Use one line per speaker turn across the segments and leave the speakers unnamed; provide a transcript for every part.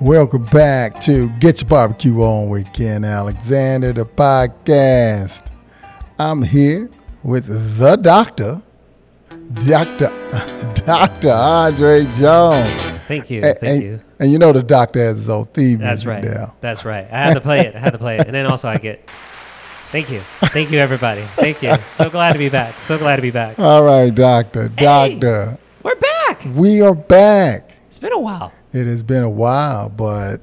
Welcome back to Get Your Barbecue On with Ken Alexander, the podcast. I'm here with the doctor, Dr. Dr. Andre Jones.
Thank you.
And,
Thank
and-
you.
and you know the doctor has his own theme
That's
music
right.
down.
That's right. I had to play it. I had to play it. And then also I get Thank you. Thank you everybody. Thank you. So glad to be back. So glad to be back.
All right, doctor, doctor.
We're back.
We are back.
It's been a while.
It has been a while, but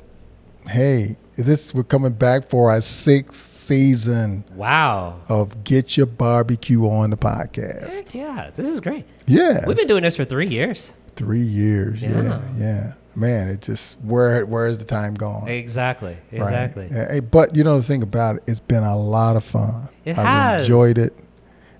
hey, this we're coming back for our sixth season
Wow.
of Get Your Barbecue On the podcast.
Heck yeah. This is great.
Yes.
We've been doing this for 3 years.
three years. Yeah. yeah,
Yeah.
Man, it just where where is the time gone?
Exactly.
right?
Exactly.
Yeah, hey, but you know the thing about it, it's been a lot of fun.
It
I've
has.
enjoyed it.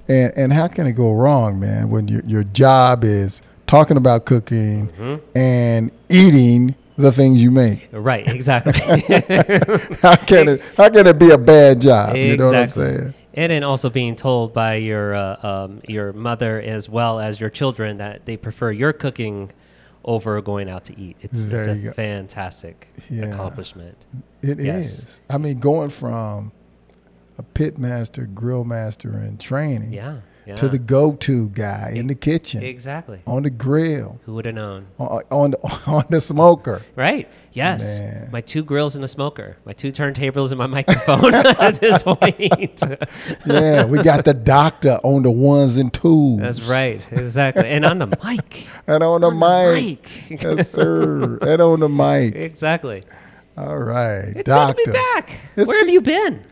And and how can it go wrong, man? When your your job is talking about cooking
Mm-hmm.
and eating the things you make.
Right, exactly.
How can it how can it be a bad job? You know what I'm
Exactly.
saying?
and then also being told by your uh, um, your mother as well as your children that they prefer your cooking over going out to eat. It's,
There
it's
you go.
a fantastic
Yeah.
accomplishment.
It is.
Yes.
I mean, going from a pit master, grill master, and training
Yeah, yeah.
to the go-to guy in the kitchen,
exactly.
on the grill,
Who would have known?
on on the, on the smoker.
Right. Yes.
Man.
My two grills and a smoker. My two turntables and my microphone at this point.
Yeah, we got the doctor on the ones and twos.
That's right. Exactly. And on the mic.
And on the mic.
Mic.
yes, sir. And on the mic.
exactly.
All right,
It's
doctor.
good to be back.
It's
Where have you been?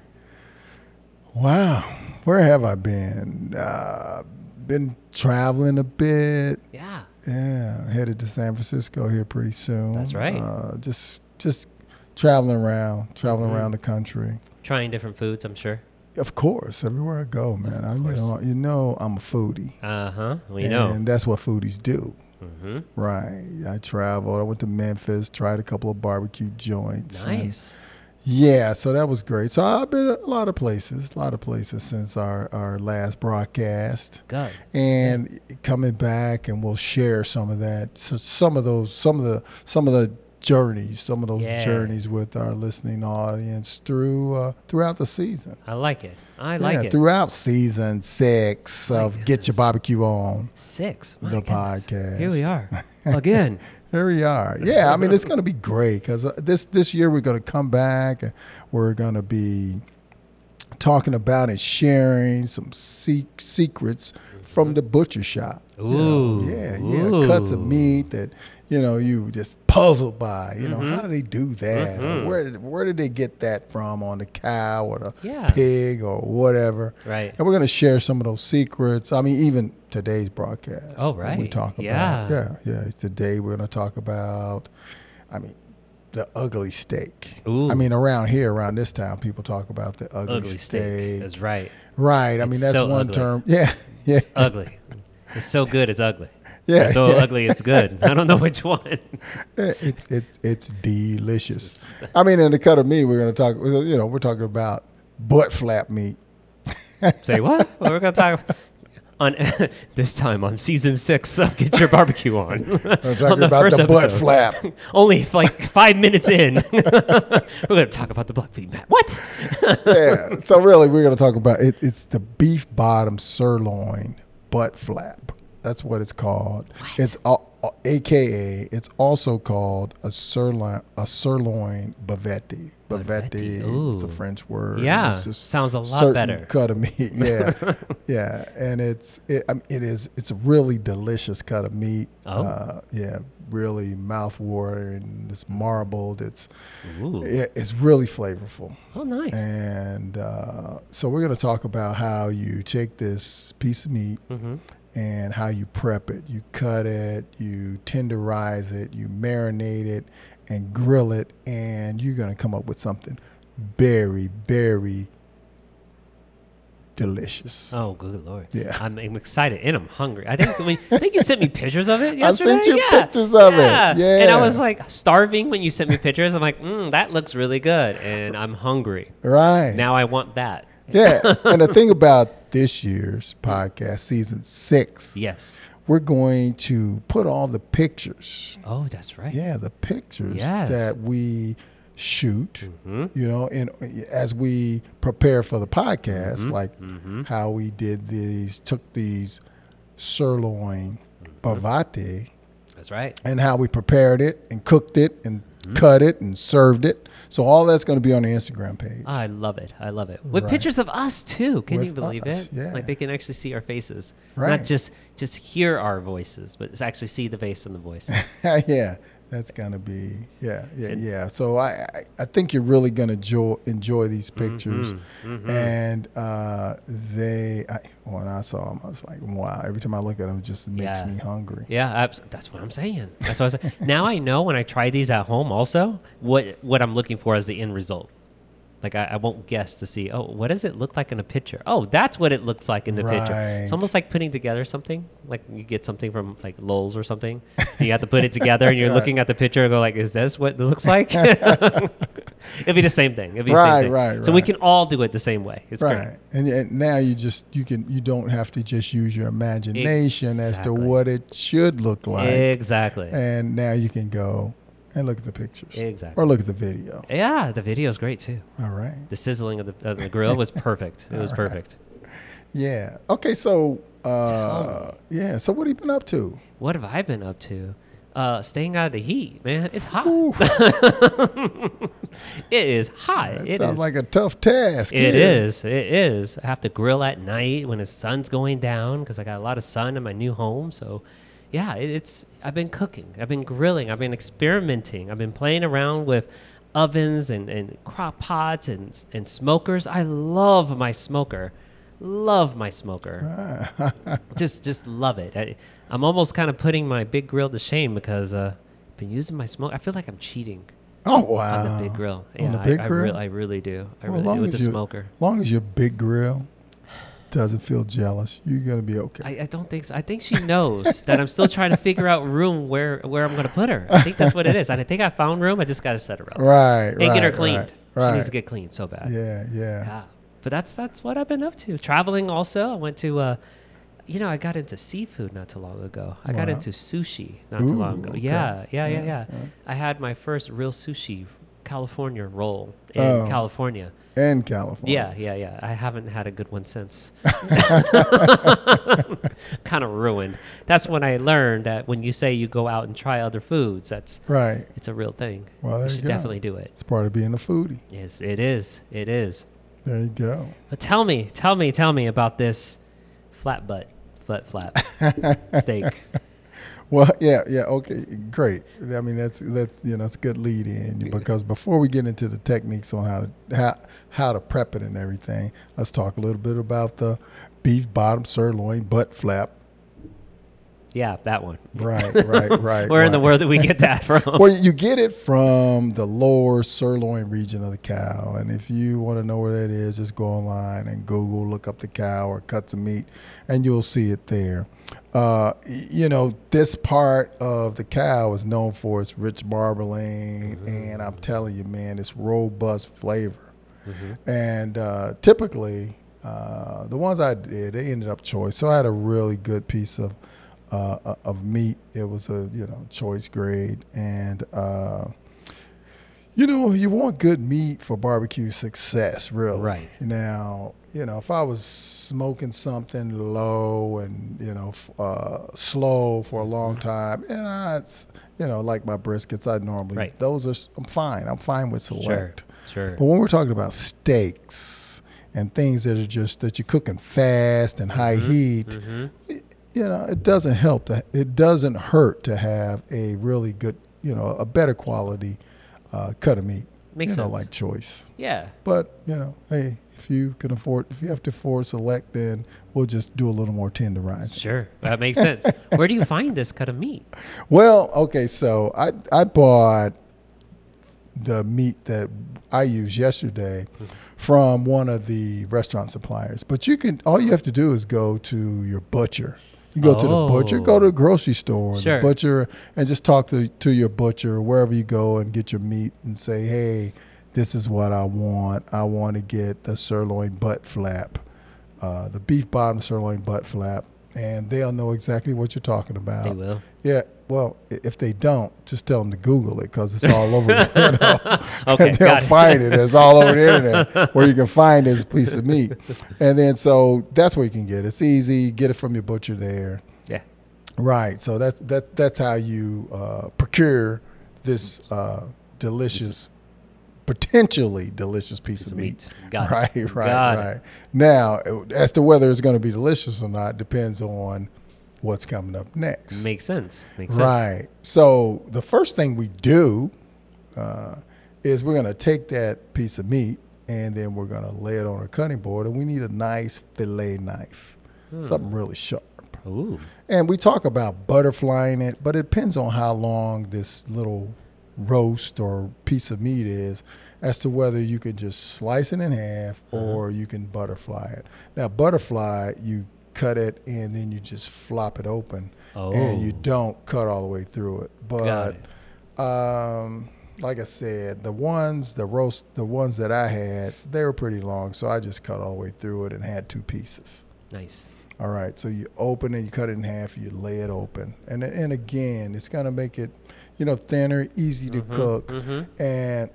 Wow, where have I been? Uh, been traveling a bit.
Yeah.
Yeah, headed to San Francisco here pretty soon.
That's right.
Uh, just just traveling around, traveling
Mm-hmm.
around the country.
Trying different foods, I'm sure.
Of course, everywhere I go, man. I, you know, you know, I'm a foodie,
Uh huh. We know.
and that's what foodies do.
hmm
Right. I traveled. I went to Memphis, tried a couple of barbecue joints. and-
Nice.
yeah, so that was great. So I've been a lot of places, a lot of places since our our last broadcast.
Good.
and coming back and we'll share some of that so some of those some of the some of the journeys some of those
Yeah.
journeys with our listening audience through uh, throughout the season
I like it. I like
yeah,
it.
throughout season six of get your barbecue on
Six. My
The
goodness. Here
podcast.
we are again.
here we are yeah i mean it's going to be great because this this year we're going to come back and we're going to be talking about and sharing some se- secrets from the butcher shop you know.
Ooh.
Yeah, yeah, cuts of
Ooh.
meat that you know you were just puzzled by. You know,
Mm-hmm.
how do they do that? Or where did where did they get that from on the cow or the
Yeah.
pig or whatever?
Right.
And we're gonna share some of those secrets. I mean, even today's broadcast.
Oh,
when We
right.
talk about
Yeah.
yeah, Uh, yeah. Today we're gonna talk about. I mean. The ugly steak. I
Ooh.
mean, around here, around this town, people talk about the ugly,
Ugly steak. That's right.
Right. I mean,
It's
that's
so
one
ugly.
term. Yeah. Yeah.
Ugly. It's so good. It's ugly.
Yeah,
It's so
yeah.
ugly. It's good. I don't know which one.
Eh, it, it, it's delicious. I mean, in the cut of meat, we're going to talk, you know, we're talking about butt flap meat.
Say what? Well, we're gonna talk on this time on season six. of get your barbecue on.
We're
On
talking about the butt flap.
Only like five minutes in, we're gonna talk about the black feet mat. What?
yeah. So, really, we're going to talk about it. It's the beef bottom sirloin butt flap. That's what it's called. It's all, AKA, it's also called a sirloin, a sirloin bavette. Bavette is a
Ooh.
French word.
Yeah,
It's just
sounds a lot
certain
better.
cut of meat. Yeah, yeah, and it's it, I mean, it is it's a really delicious cut of meat.
Oh.
Uh, yeah, really mouthwatering. It's marbled. It's
Ooh.
it, it's really flavorful.
Oh, nice.
And uh, so we're going to talk about how you take this piece of meat
Mm-hmm.
and how you prep it. You cut it, you tenderize it, you marinate it, and grill it, and you're going to come up with something very, very delicious.
Oh, good lord!
Yeah.
I'm, I'm excited and I'm hungry. I think I, mean, I think you sent me pictures of
I
it yesterday.
sent you
yeah.
pictures of it.
and I
Yeah.
was like starving when you sent me pictures. I'm like, mm, that looks really good, and I'm hungry
right.
now. I want that.
yeah. and the thing about this year's podcast, season six,
Yes,
we're going to put all the pictures.
Oh, that's right.
Yeah, the pictures
Yes.
that we shoot,
Mhm.
you know, and as we prepare for the podcast, like how we did these, took these sirloin bavate
That's right.
and how we prepared it and cooked it and cut it and served it. So all that's going to be on the Instagram page.
I love it. I love it. With
Right.
pictures of us too. Can you
With
believe
us,
it?
yeah.
Like they can actually see our faces.
Right.
Not just just hear our voices, but it's actually see the face and the voice.
yeah, that's gonna be yeah, yeah, yeah. So I I, I think you're really gonna enjoy enjoy these
Mm-hmm,
pictures, and uh, they I, when I saw them, I was like, wow. Every time I look at them, it just makes
Yeah.
me hungry.
yeah, abs- that's what I'm saying. That's what I'm saying. now I know when I try these at home also what what I'm looking for as the end result. Like I, I won't guess to see. Oh, what does it look like in a picture? Oh, that's what it looks like in the picture.
Right.
It's almost like putting together something. Like you get something from like Lowell's or something. and you have to put it together, and you're looking at the picture and go like, "Is this what it looks like?" It'd be the same thing. It'd be the
Right,
same thing.
right,
So we
right.
can all do it the same way. It's great.
Right, and, and now you just you can you don't have to just use your imagination as to
Exactly. Eh.
what it should look like,
Exactly.
and now you can go and look at the pictures,
Exactly.
or look at the video.
yeah, the video is great too.
All right.
The sizzling of the, of the grill was perfect. It was perfect.
Yeah. Okay. So, uh, yeah. So, what have you been up to?
What have I been up to? Uh, staying out of the heat, man. It's hot.
Oof.
it is hot.
That
It
sounds
is.
like a tough task.
It
yeah.
is. It is. I have to grill at night when the sun's going down because I got a lot of sun in my new home. So, yeah, it, it's. I've been cooking. I've been grilling. I've been experimenting. I've been playing around with ovens and, and crock pots and and smokers. I love my smoker. Love my smoker. just just love it. I, I'm almost kind of putting my big grill to shame because uh, I've been using my smoke. I feel like I'm cheating
Oh
on
wow.
the big grill.
on
Yeah,
the big
I, I,
grill?
re- I really do. I
Well,
really
long
do with
as
the
you-
smoker.
long as your big grill doesn't feel jealous, you're gonna be okay.
I, I don't think so. I think she knows that I'm still trying to figure out room where where I'm going to put her. I think that's what it is. And I think I found room. I just got to set her up
right.
and get her
right,
cleaned.
Right.
She needs
right.
to get cleaned so bad.
yeah. Yeah.
Yeah. But that's that's what I've been up to. Traveling also. I went to uh you know, I got into seafood not too long ago. I got
Wow.
into sushi not
Ooh,
too long ago.
okay.
Yeah, yeah, yeah, yeah,
yeah.
I had my first real sushi California roll in
Oh.
California.
And California.
Yeah, yeah, yeah. I haven't had a good one since. kind of ruined. That's when I learned that when you say you go out and try other foods, that's
Right.
it's a real thing.
Well, there
you
you
should
go.
definitely do it.
It's part of being a foodie.
Yes, it is. It is.
There you go.
But tell me, tell me, tell me about this flat butt, flat flap steak.
Well, yeah, yeah, okay, great. I mean, that's that's you know, it's a good lead in because before we get into the techniques on how to how, how to prep it and everything, let's talk a little bit about the beef bottom sirloin butt flap.
Yeah, that one.
Right, right, right.
Where in the
right.
world did we get that from?
Well, you get it from the lower sirloin region of the cow, and if you want to know where that is, just go online and Google, look up the cow or cuts of meat, and you'll see it there. Uh, y- you know, this part of the cow is known for its rich marbling,
Mm-hmm.
and I'm telling you, man, it's robust flavor.
Mm-hmm.
And uh, typically, uh, the ones I did, they ended up choice. So I had a really good piece of uh, of meat. It was a you know choice grade, and uh, you know you want good meat for barbecue success, really.
Right.
now, you know if I was smoking something low and you know f- uh, slow for a long
Mm-hmm.
time, and I, it's, you know like my briskets, I normally
Right.
those are s- I'm fine. I'm fine with select.
Sure, sure.
But when we're talking about steaks and things that are just that you're cooking fast and high
Mm-hmm.
heat, y- you know, it doesn't help. To, it doesn't hurt to have a really good, you know, a better quality uh, cut of meat.
Makes
you know,
sense.
like choice.
Yeah,
But you know, hey, if you can afford, if you have to afford select, then we'll just do a little more tenderizing.
sure. That makes sense. Where do you find this cut of meat?
Well, okay, so I I bought the meat that I used yesterday from one of the restaurant suppliers. But you can all you have to do is go to your butcher. You go to the butcher, go to the grocery store, and
Sure.
the butcher, and just talk to to your butcher wherever you go and get your meat and say, hey. This is what I want. I want to get the sirloin butt flap, uh, the beef bottom sirloin butt flap, and they'll know exactly what you're talking about.
They will.
Yeah. Well, i- if they don't, just tell them to Google it because it's all over. the internet.
Okay,
they'll
got it.
find it. It's all over the internet where you can find this piece of meat, and then so that's where you can get it. It's easy. Get it from your butcher there.
Yeah.
Right. So that's that that's how you uh, procure this uh, delicious, potentially delicious piece, of
of
meat.
meat. Got it.
right. Right.
Got it.
right. Now, as to whether it's going to be delicious or not depends on what's coming up next.
Makes sense. Makes sense.
Right. So the first thing we do uh, is we're going to take that piece of meat and then we're going to lay it on a cutting board, and we need a nice fillet knife, something really sharp.
Ooh.
And we talk about butterflying it, but it depends on how long this little roast or piece of meat is as to whether you can just slice it in half
Uh-huh.
or you can butterfly it. Now, butterfly, you cut it and then you just flop it open and you
Oh.
don't cut all the way through it.
Got
But um, like I said, the ones, the roast, the ones that I had, they were pretty long. So I just cut all the way through it and had two pieces.
Nice.
All right, so you open it, you cut it in half, you lay it open, and and again, it's gonna make it, you know, thinner, easy
Mm-hmm,
to cook, and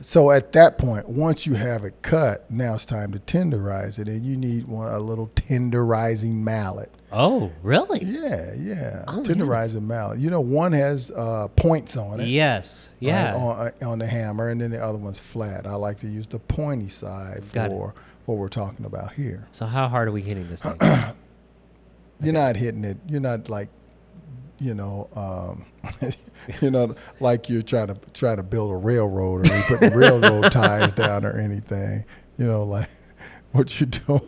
so at that point, once you have it cut, now it's time to tenderize it, and you need one a little tenderizing mallet.
Oh, really?
Yeah, yeah,
Oh, yes.
tenderizing mallet. You know, one has uh, points on it.
Yes. Yeah.
Right, on, on the hammer, and then the other one's flat. I like to use the pointy side
Got it.
for what we're talking about here.
So how hard are we hitting this thing?
you're not hitting it. You're not like, you know, um, you know, like you're trying to try to build a railroad or you putting railroad ties down or anything. You know, like what you do.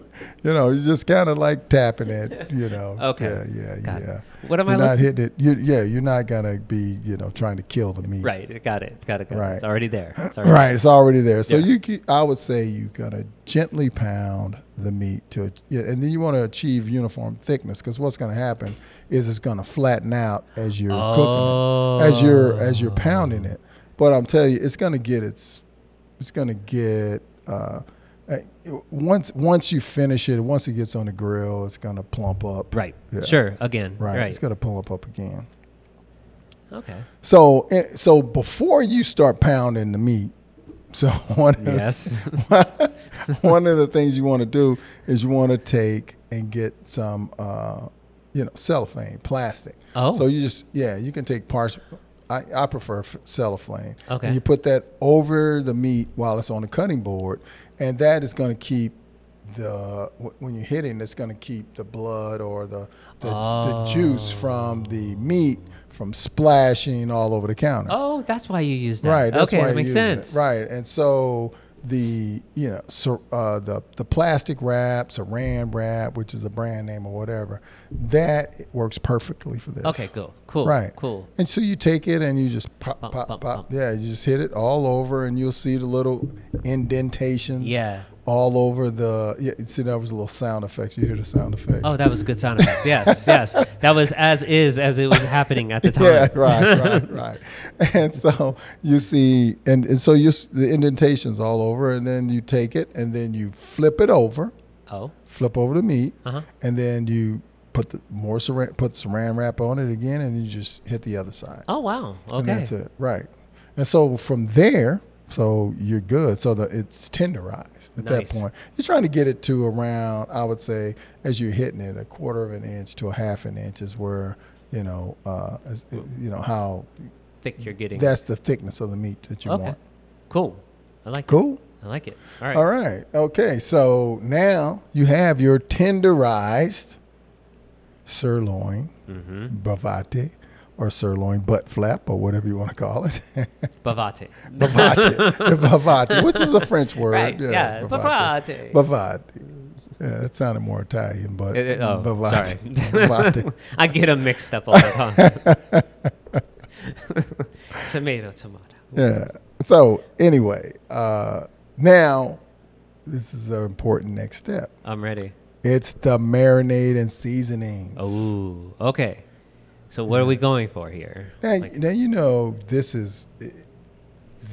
You know, you're just kind of like tapping it. You know.
Okay.
Yeah, yeah,
Got it.
yeah.
What am I
You're not
looking-
hitting it. You, yeah, you're not gonna be, you know, trying to kill the meat.
right. Got it. Got it. Got it.
Right.
It's already there. It's already
Right, it's already there. So
Yeah.
you, ke- I would say you gotta gently pound the meat to, yeah, and then you want to achieve uniform thickness because what's gonna happen is it's gonna flatten out as you're
Oh.
cooking, it, as you're as you're pounding it. But I'm telling you, it's gonna get its, it's gonna get. Uh, uh, once once you finish it, once it gets on the grill, it's gonna plump up.
Right.
Yeah.
Sure. Again.
right.
Right.
It's gonna plump up again.
okay.
So eh, so before you start pounding the meat, so one of the
Yes.
one of the things you want to do is you want to take and get some, uh, you know, cellophane, plastic.
Oh.
So you just, yeah, you can take parts. I, I prefer f- cellophane.
Okay.
And you put that over the meat while it's on the cutting board, and that is going to keep the wh- when you're hitting, it's going to keep the blood or the the, the juice
Oh.
from the meat from splashing all over the counter.
oh, that's why you use that.
Right. That's
okay.
why
that
I
makes
use it.
sense.
Right. And so the you know so, uh, the the plastic wrap, Saran wrap, which is a brand name or whatever, that works perfectly for this.
Okay. Cool. Cool.
Right.
Cool.
And so you take it and you just pop,
Pop,
pop,
pop,
pop.
pop.
Yeah, you just hit it all over, and you'll see the little indentations.
Yeah.
All over the. Yeah. See, that was a little sound effect. You hear the sound effects.
Oh, that was a good sound effect. Yes, yes. That was as is as it was happening at the time.
Yeah, right, right, right. And so you see, and, and so you s- the indentations all over, and then you take it, and then you flip it over,
Oh,
flip over the meat,
Uh-huh.
and then you put the more saran, put saran wrap on it again, and you just hit the other side.
oh wow.
And
Okay.
that's it, right? And so from there, so you're good. So the, it's tenderized at that
Nice.
point. You're trying to get it to around, I would say, as you're hitting it, a quarter of an inch to a half an inch is where you know, uh, is- you know how
Thick you're getting.
that's the thickness of the meat that you
okay.
want.
Cool. I like
Cool.
it. I like it. All right.
All right. Okay. So now you have your tenderized sirloin,
Mm-hmm.
bravate, or sirloin butt flap, or whatever you want to call it.
Bavate.
bavate. The bavate, which is a French word.
Right, yeah, bavate.
Bavate. Yeah, it sounded more Italian, but
Eh, eh, oh, sorry.
bavate. bavate.
I get them mixed up all the time. tomato, tomato.
Yeah. So anyway, uh, now this is an important next step.
I'm ready.
It's the marinade and seasonings.
Oh, okay. So what are we going for here?
Now, now you know this is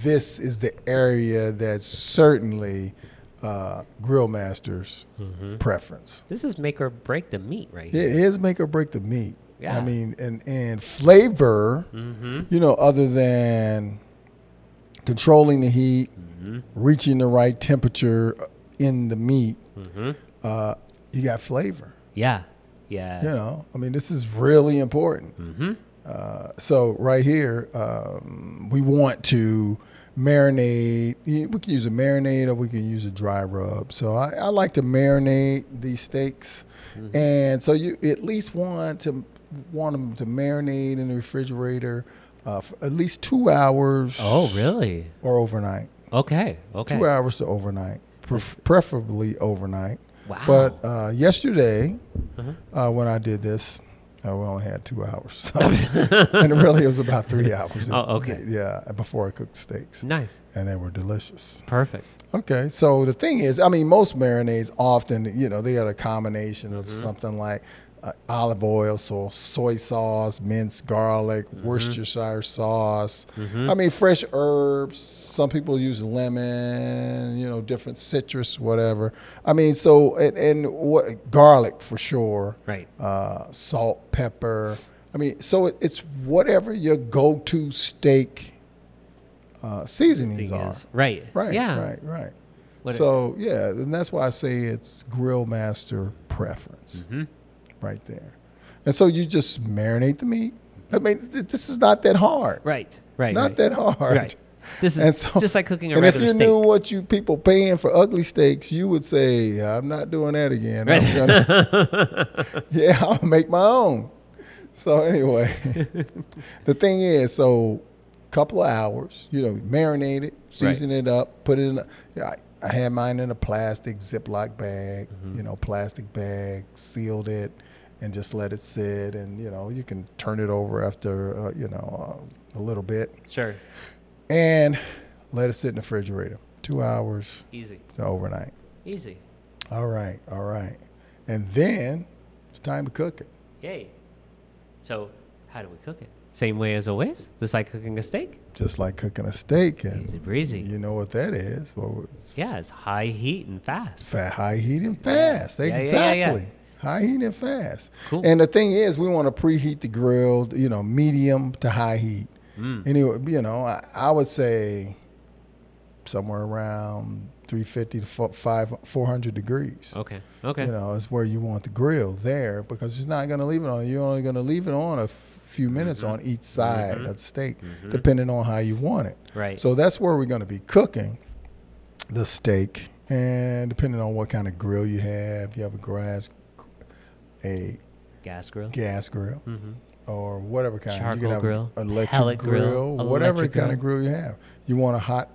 this is the area that certainly uh, grill master's
Mm-hmm.
preference.
This is make or break the meat right here.
It is make or break the meat.
Yeah. Mm-hmm.
I mean, and and flavor, you know, other than controlling the heat,
Mm-hmm.
reaching the right temperature in the meat,
Mm-hmm.
uh, you got flavor.
Yeah. Yeah.
You know, I mean, this is really important. Uh, so right here, um, we want to marinate. y- We can use a marinade or we can use a dry rub. So I, I like to marinate these steaks, and so you at least want to want them to marinate in the refrigerator uh, for at least two hours.
Oh, really?
Or overnight.
Okay. Okay.
Two hours to overnight, pref- preferably overnight.
Wow. Mm-hmm.
But uh, yesterday, uh, when I did this, uh, we only had two hours, so, and really it was about three hours.
Oh, okay.
Yeah, before I cooked steaks,
nice.
and they were delicious.
Perfect.
Okay, so the thing is, I mean, most marinades often, you know, they got a combination of something like uh, olive oil, so soy sauce, minced garlic, Worcestershire sauce. I mean, fresh herbs. Some people use lemon, you know, different citrus, whatever. I mean, so and, and what garlic for sure
Right.
uh, salt, pepper. I mean, so it, it's whatever your go-to steak uh, seasonings
Thing
are.
is- Right.
Right.
Yeah.
Right. Right.
What it-
so yeah, and that's why I say it's grill master preference,
Mm-hmm.
right there. And so you just marinate the meat. I mean, th- this is not that hard.
Right. Right.
Not
right.
that hard.
Right. This
And
is
so,
just like cooking a
and if
regular
you
steak.
knew what you people paying for ugly steaks, you would say, "I'm not doing that again." I'm gonna- yeah, I'll make my own. So anyway, the thing is, so couple of hours, you know, marinate it, season it up, put it in. A, I, I had mine in a plastic Ziploc bag, you know, plastic bag, sealed it, and just let it sit. And you know, you can turn it over after uh, you know uh, a little bit
Sure.
and let it sit in the refrigerator two hours
Easy.
to overnight.
Easy.
All right, all right, and then it's time to cook it.
Yay. So, how do we cook it? Same way as always, just like cooking a steak.
Just like cooking a steak,
Easy
and
breezy.
you know what that is? Well, it's
Yeah, it's high heat and fast.
fat, high heat and fast.
Yeah, yeah,
exactly.
yeah, yeah.
High heat and fast.
Cool.
And the thing is, we want to preheat the grill, you know, medium to high heat.
Mm.
Anyway, you know, I, I would say somewhere around 350 to fo- five 400 degrees.
Okay. Okay.
you know, it's where you want the grill there because you're not going to leave it on. You're only going to leave it on a f- few minutes
Mm-hmm.
on each side of the steak, depending on how you want it.
Right.
So that's where we're going to be cooking the steak, and depending on what kind of grill you have, you have a grass, a
Gas grill.
gas grill, or whatever kind. you
Mm-hmm. Charcoal
can have
grill,
an electric
pellet grill,
grill, whatever
electric
kind of grill you have. You want a hot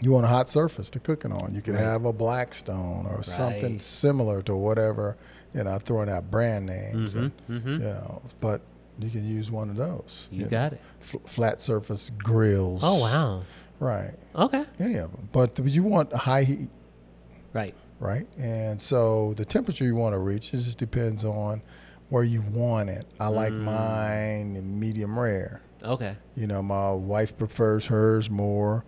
you want a hot surface to cook it on. You can have a Blackstone or something
Right.
similar to whatever, you know, throwing out brand names, and, you know, but you can use one of those.
Mm-hmm, You
know,
got it.
F- flat surface grills.
Oh wow.
Right.
Okay.
Any of them. But you want a high heat
Right.
right? And so the temperature you want to reach it just depends on where you want it. I like mine in medium rare.
Okay.
You know, my wife prefers hers more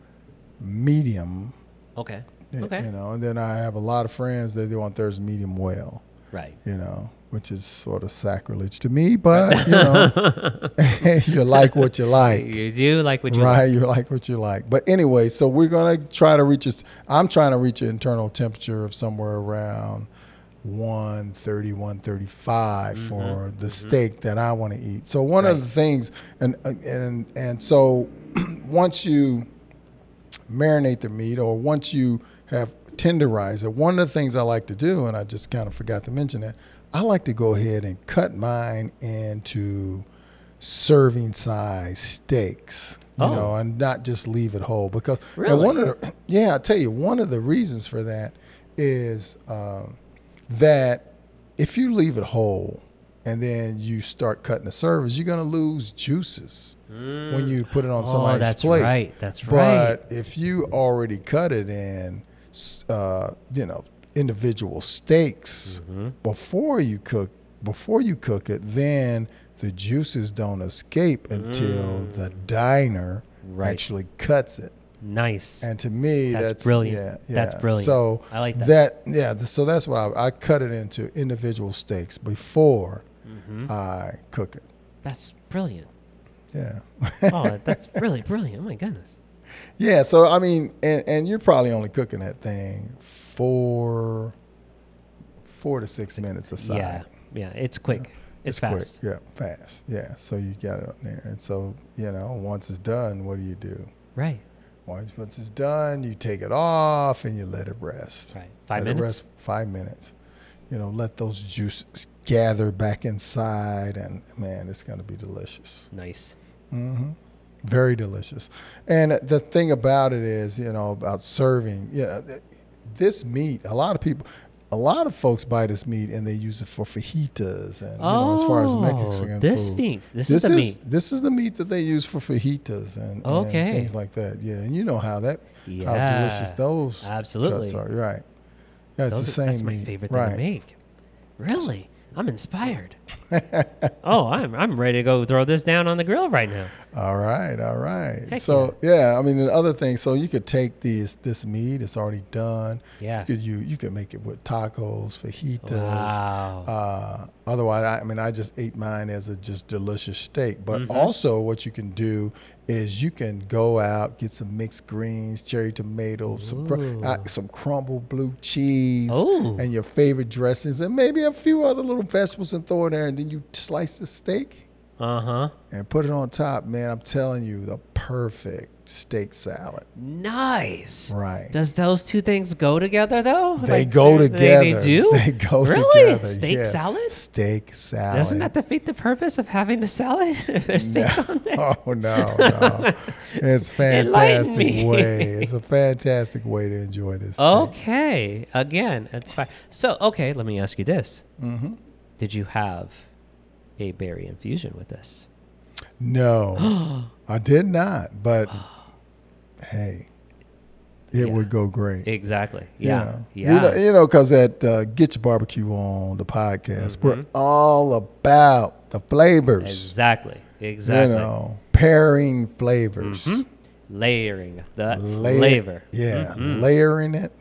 medium.
Okay.
y-
Okay.
You know, and then I have a lot of friends that they want theirs medium well.
Right.
You know, which is sort of sacrilege to me, but you know, you like what you like.
You do like what you
Right, you like what you like. But anyway, so we're gonna try to reach. A, I'm trying to reach an internal temperature of somewhere around 130, 135 for the steak that I want to eat. So one of
Mm-hmm. Right.
the things, and and and so once you marinate the meat or once you have tenderized it, one of the things I like to do, and I just kind of forgot to mention that, I like to go ahead and cut mine into serving size steaks. You
Oh.
know, and not just leave it whole because and
Really?
one of the, yeah, I tell you one of the reasons for that is um, that if you leave it whole and then you start cutting the service, you're gonna lose juices when you put it on somebody's
Mm. Oh, that's
plate.
right, that's right.
But if you already cut it in, s- uh, you know, individual steaks
Mm-hmm.
before you cook before you cook it, then the juices don't escape until the diner
Mm. Right.
actually cuts it.
Nice.
And to me,
That's
that's,
brilliant.
Yeah, yeah.
That's brilliant.
So
I like that.
yeah. th- So that's what I, I cut it into individual steaks before
Mm-hmm.
I cook it.
That's brilliant.
Yeah.
Oh, that's really brilliant. Oh my goodness.
yeah. So I mean, and, and you're probably only cooking that thing for four to six minutes aside.
Yeah. Yeah. It's quick. It's,
quick.
fast.
Yeah, fast. Yeah. So you got it up there, and so you know, once it's done, what do you do?
Right.
Once once it's done, you take it off and you let it rest.
Right. Five
Let it
minutes.
rest five minutes. You know, let those juices gather back inside, and man, it's going to be delicious.
Nice.
Very delicious. And the thing about it is, you know, about serving, you know, th- this meat, a lot of people, a lot of folks buy this meat and they use it for fajitas and, you know, as far as
Oh,
Mexican
this
food.
meat. This is the meat.
This is the meat that they use for fajitas and, and
Okay.
things like that. Yeah. And you know how that, how
Yeah.
delicious those
Absolutely.
cuts are. Right. Yeah, it's
Those
the same
are- that's my
meat.
favorite
right.
thing to make. Really? I'm inspired. oh, I'm I'm ready to go throw this down on the grill right now.
All right, all right.
Heck
so yeah. I mean, the other thing. So you could take these this meat; it's already done.
Yeah.
You could you you could make it with tacos, fajitas.
Wow.
Uh, otherwise, I, I mean, I just ate mine as a just delicious steak. But
Mm-hmm.
also, what you can do is you can go out get some mixed greens, cherry tomatoes, some, cr-
Ooh. Oh.
uh, some crumbled blue cheese,
Ooh.
and your favorite dressings, and maybe a few other little vegetables, and throw it there, and then you slice the steak
Uh huh.
and put it on top, man. I'm telling you, the perfect steak salad.
Nice.
Right.
Does those two things go together though?
they
Like,
go
ser-
together.
They, they do.
They go
really?
together.
Steak
yeah. Oh,
salad.
Steak salad.
Doesn't that defeat the purpose of having the salad? if there's steak on there.
Oh no, no! it's fantastic
me. Oh.
way. It's a fantastic way to enjoy this. steak.
Okay. Again, it's fine. So, okay, let me ask you this. Mm-hmm. Did you have a berry infusion with this?
No, I did not. But hey, it
Yeah.
would go great.
Exactly. Yeah.
You
Yeah.
know, you know, because at uh, Get Your Barbecue On, the podcast, we're
Mm-hmm.
all about the flavors.
exactly. Exactly. Mm-hmm.
You know, pairing flavors.
Layering the
Layer-
flavor. Mm-hmm.
Yeah, layering it.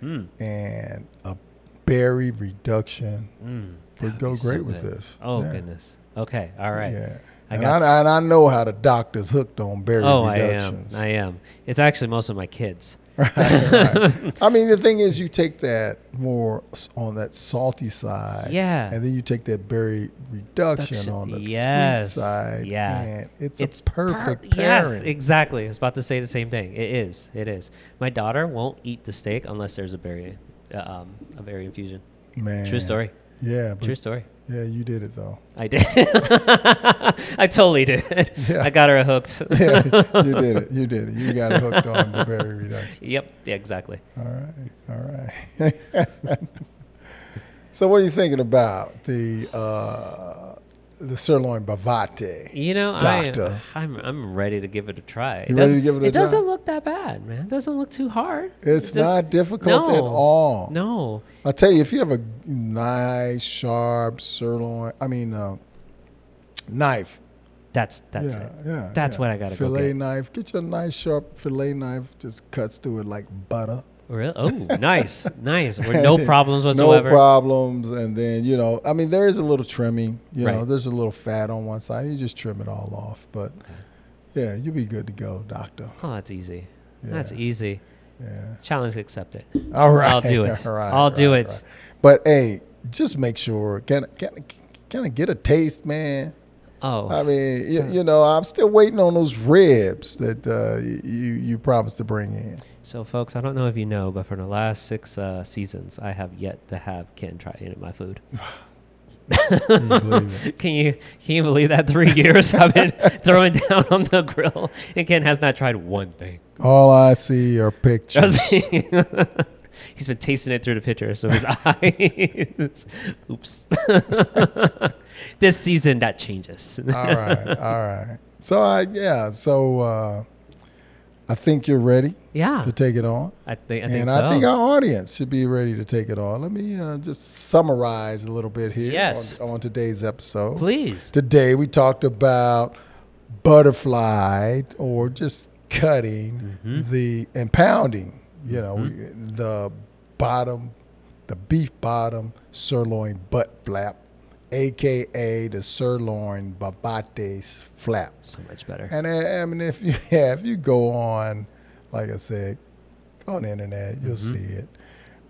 And a berry reduction would go
Mm. Be
great
so
with
good.
this.
Oh,
yeah.
goodness. Okay. All right.
Yeah.
I
and,
got
I, and I know how the doctor's hooked on berry
Oh, I am.
reductions.
I am. It's actually most of my kids.
I mean, the thing is, you take that more s- on that salty side,
Yeah.
and then you take that berry reduction,
Reduction,
on the
yes,
sweet side.
yeah.
and it's,
it's
a
per-
perfect
Yes,
pairing.
exactly. I was about to say the same thing. It is. It is. My daughter won't eat the steak unless there's a berry, uh, um, a berry infusion.
Man,
True story.
Yeah,
True
but,
story.
yeah, you did it though.
I did. I totally did.
Yeah.
I got her hooked.
Yeah, you did it. You did it. You got hooked on the berry reduction.
yep. Yeah. Exactly.
All right, all right. so, what are you thinking about the uh, the sirloin bavate?
You know,
Doctor.
I, I'm I'm ready to give it a try. It
You ready to
doesn't-
give it a
It doesn't
try?
look that bad, man. It doesn't look too hard.
It's
It just-
not difficult at
No.
all.
No.
I tell you, if you have a nice, sharp sirloin, I mean, uh, knife.
That's that's
yeah,
it.
yeah.
That's
yeah.
what I gotta go
Fillet
get.
knife. Get your nice, sharp fillet knife. Just cuts through it like butter.
Really? Oh, nice, nice. We're no problems whatsoever.
No problems. And then you know, I mean, there is a little trimming. You know,
Right.
there's a little fat on one side. You just trim it all off. But yeah, you'll be good to go, doctor.
Oh, that's easy. That's
Yeah.
easy.
Yeah.
Challenge accepted.
All right.
I'll do it.
all right,
I'll do
right,
it.
right. But hey, just make sure. Can can can I get a taste, man?
Oh,
I mean, you, you know, I'm still waiting on those ribs that uh, y- you you promised to bring in.
so folks, I don't know if you know, but for the last six uh, seasons, I have yet to have Ken try any of my food.
Can you believe it?
Can you can you believe that three years I've been throwing down on the grill and Ken has not tried one thing.
All I see are pictures.
He's been tasting it through the picture, so his eyes. Oops. this season that changes.
all right, all right. So I yeah, so uh, I think you're ready
yeah,
to take it on,
I think Ah. I think
and
so.
I think our audience should be ready to take it on. Let me uh, just summarize a little bit here
Yes.
on, on today's episode.
Please.
Today we talked about butterfly or just cutting, the and pounding. You know, we, the bottom, the beef bottom sirloin butt flap, aka the sirloin bavates flap.
So much better.
And uh, I, I mean, if you yeah, if you go on, like I said, on the internet, you'll see it.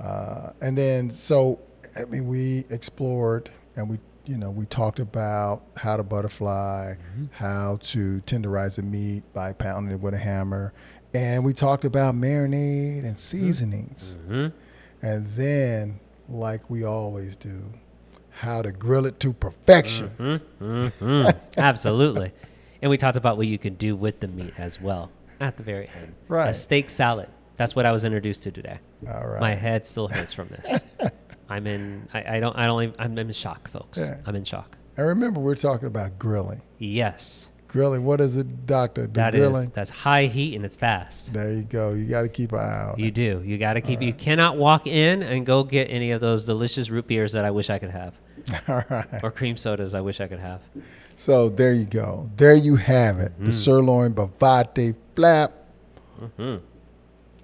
Uh, and then so I mean, we explored and we you know we talked about how to butterfly, how to tenderize the meat by pounding it with a hammer, and we talked about marinade and seasonings,
Mhm.
and then like we always do, how to grill it to perfection.
hmm Absolutely. And we talked about what you can do with the meat as well at the very end. A
Right.
steak salad. That's what I was introduced to today.
All right.
My head still hurts from this. I'm in. I, I don't. I don't. Even, I'm, I'm in shock, folks.
Yeah.
I'm in shock.
And remember, we're talking about grilling.
Yes,
Grilling. What is it, doctor? Do
that is.
grilling.
That's high heat and it's fast.
There you go. You got to keep an eye on
You
it.
do. You got to keep. You cannot walk in and go get any of those delicious root beers that I wish I could have,
All right.
or cream sodas I wish I could have.
So there you go. There you have it.
Mm.
The sirloin bavate flap,
Mm-hmm.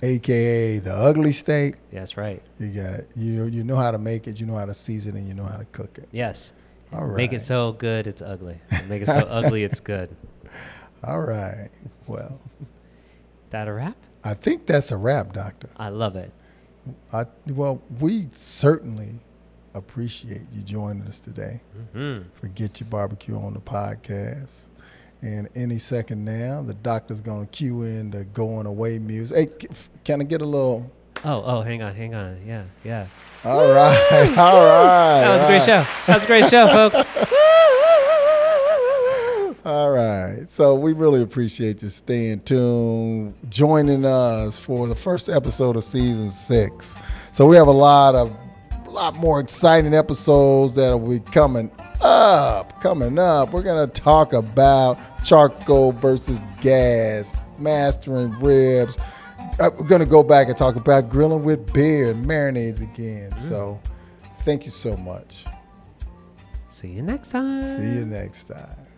aka the ugly steak.
Yes, right.
You got it. You you know how to make it. You know how to season it. You know how to cook it.
Yes.
All right.
Make it so good, it's ugly. Make it so ugly, it's good.
All right. Well,
That a wrap?
I think that's a wrap, doctor.
I love it.
I well, we certainly appreciate you joining us today.
Mm.
for Get Your Barbecue on the podcast. And any second now, the doctor's going to cue in the going away music. Hey, c- f- can I get a little?
Oh, oh, hang on, hang on. Yeah, yeah.
All right, all right.
That was a great show. That was a great show, folks.
All right. So we really appreciate you staying tuned, joining us for the first episode of season six. So we have a lot of, lot more exciting episodes that will be coming up. Coming up, we're gonna talk about charcoal versus gas, mastering ribs. Uh, We're gonna go back and talk about grilling with beer and marinades again. So thank you so much.
See you next time.
See you next time.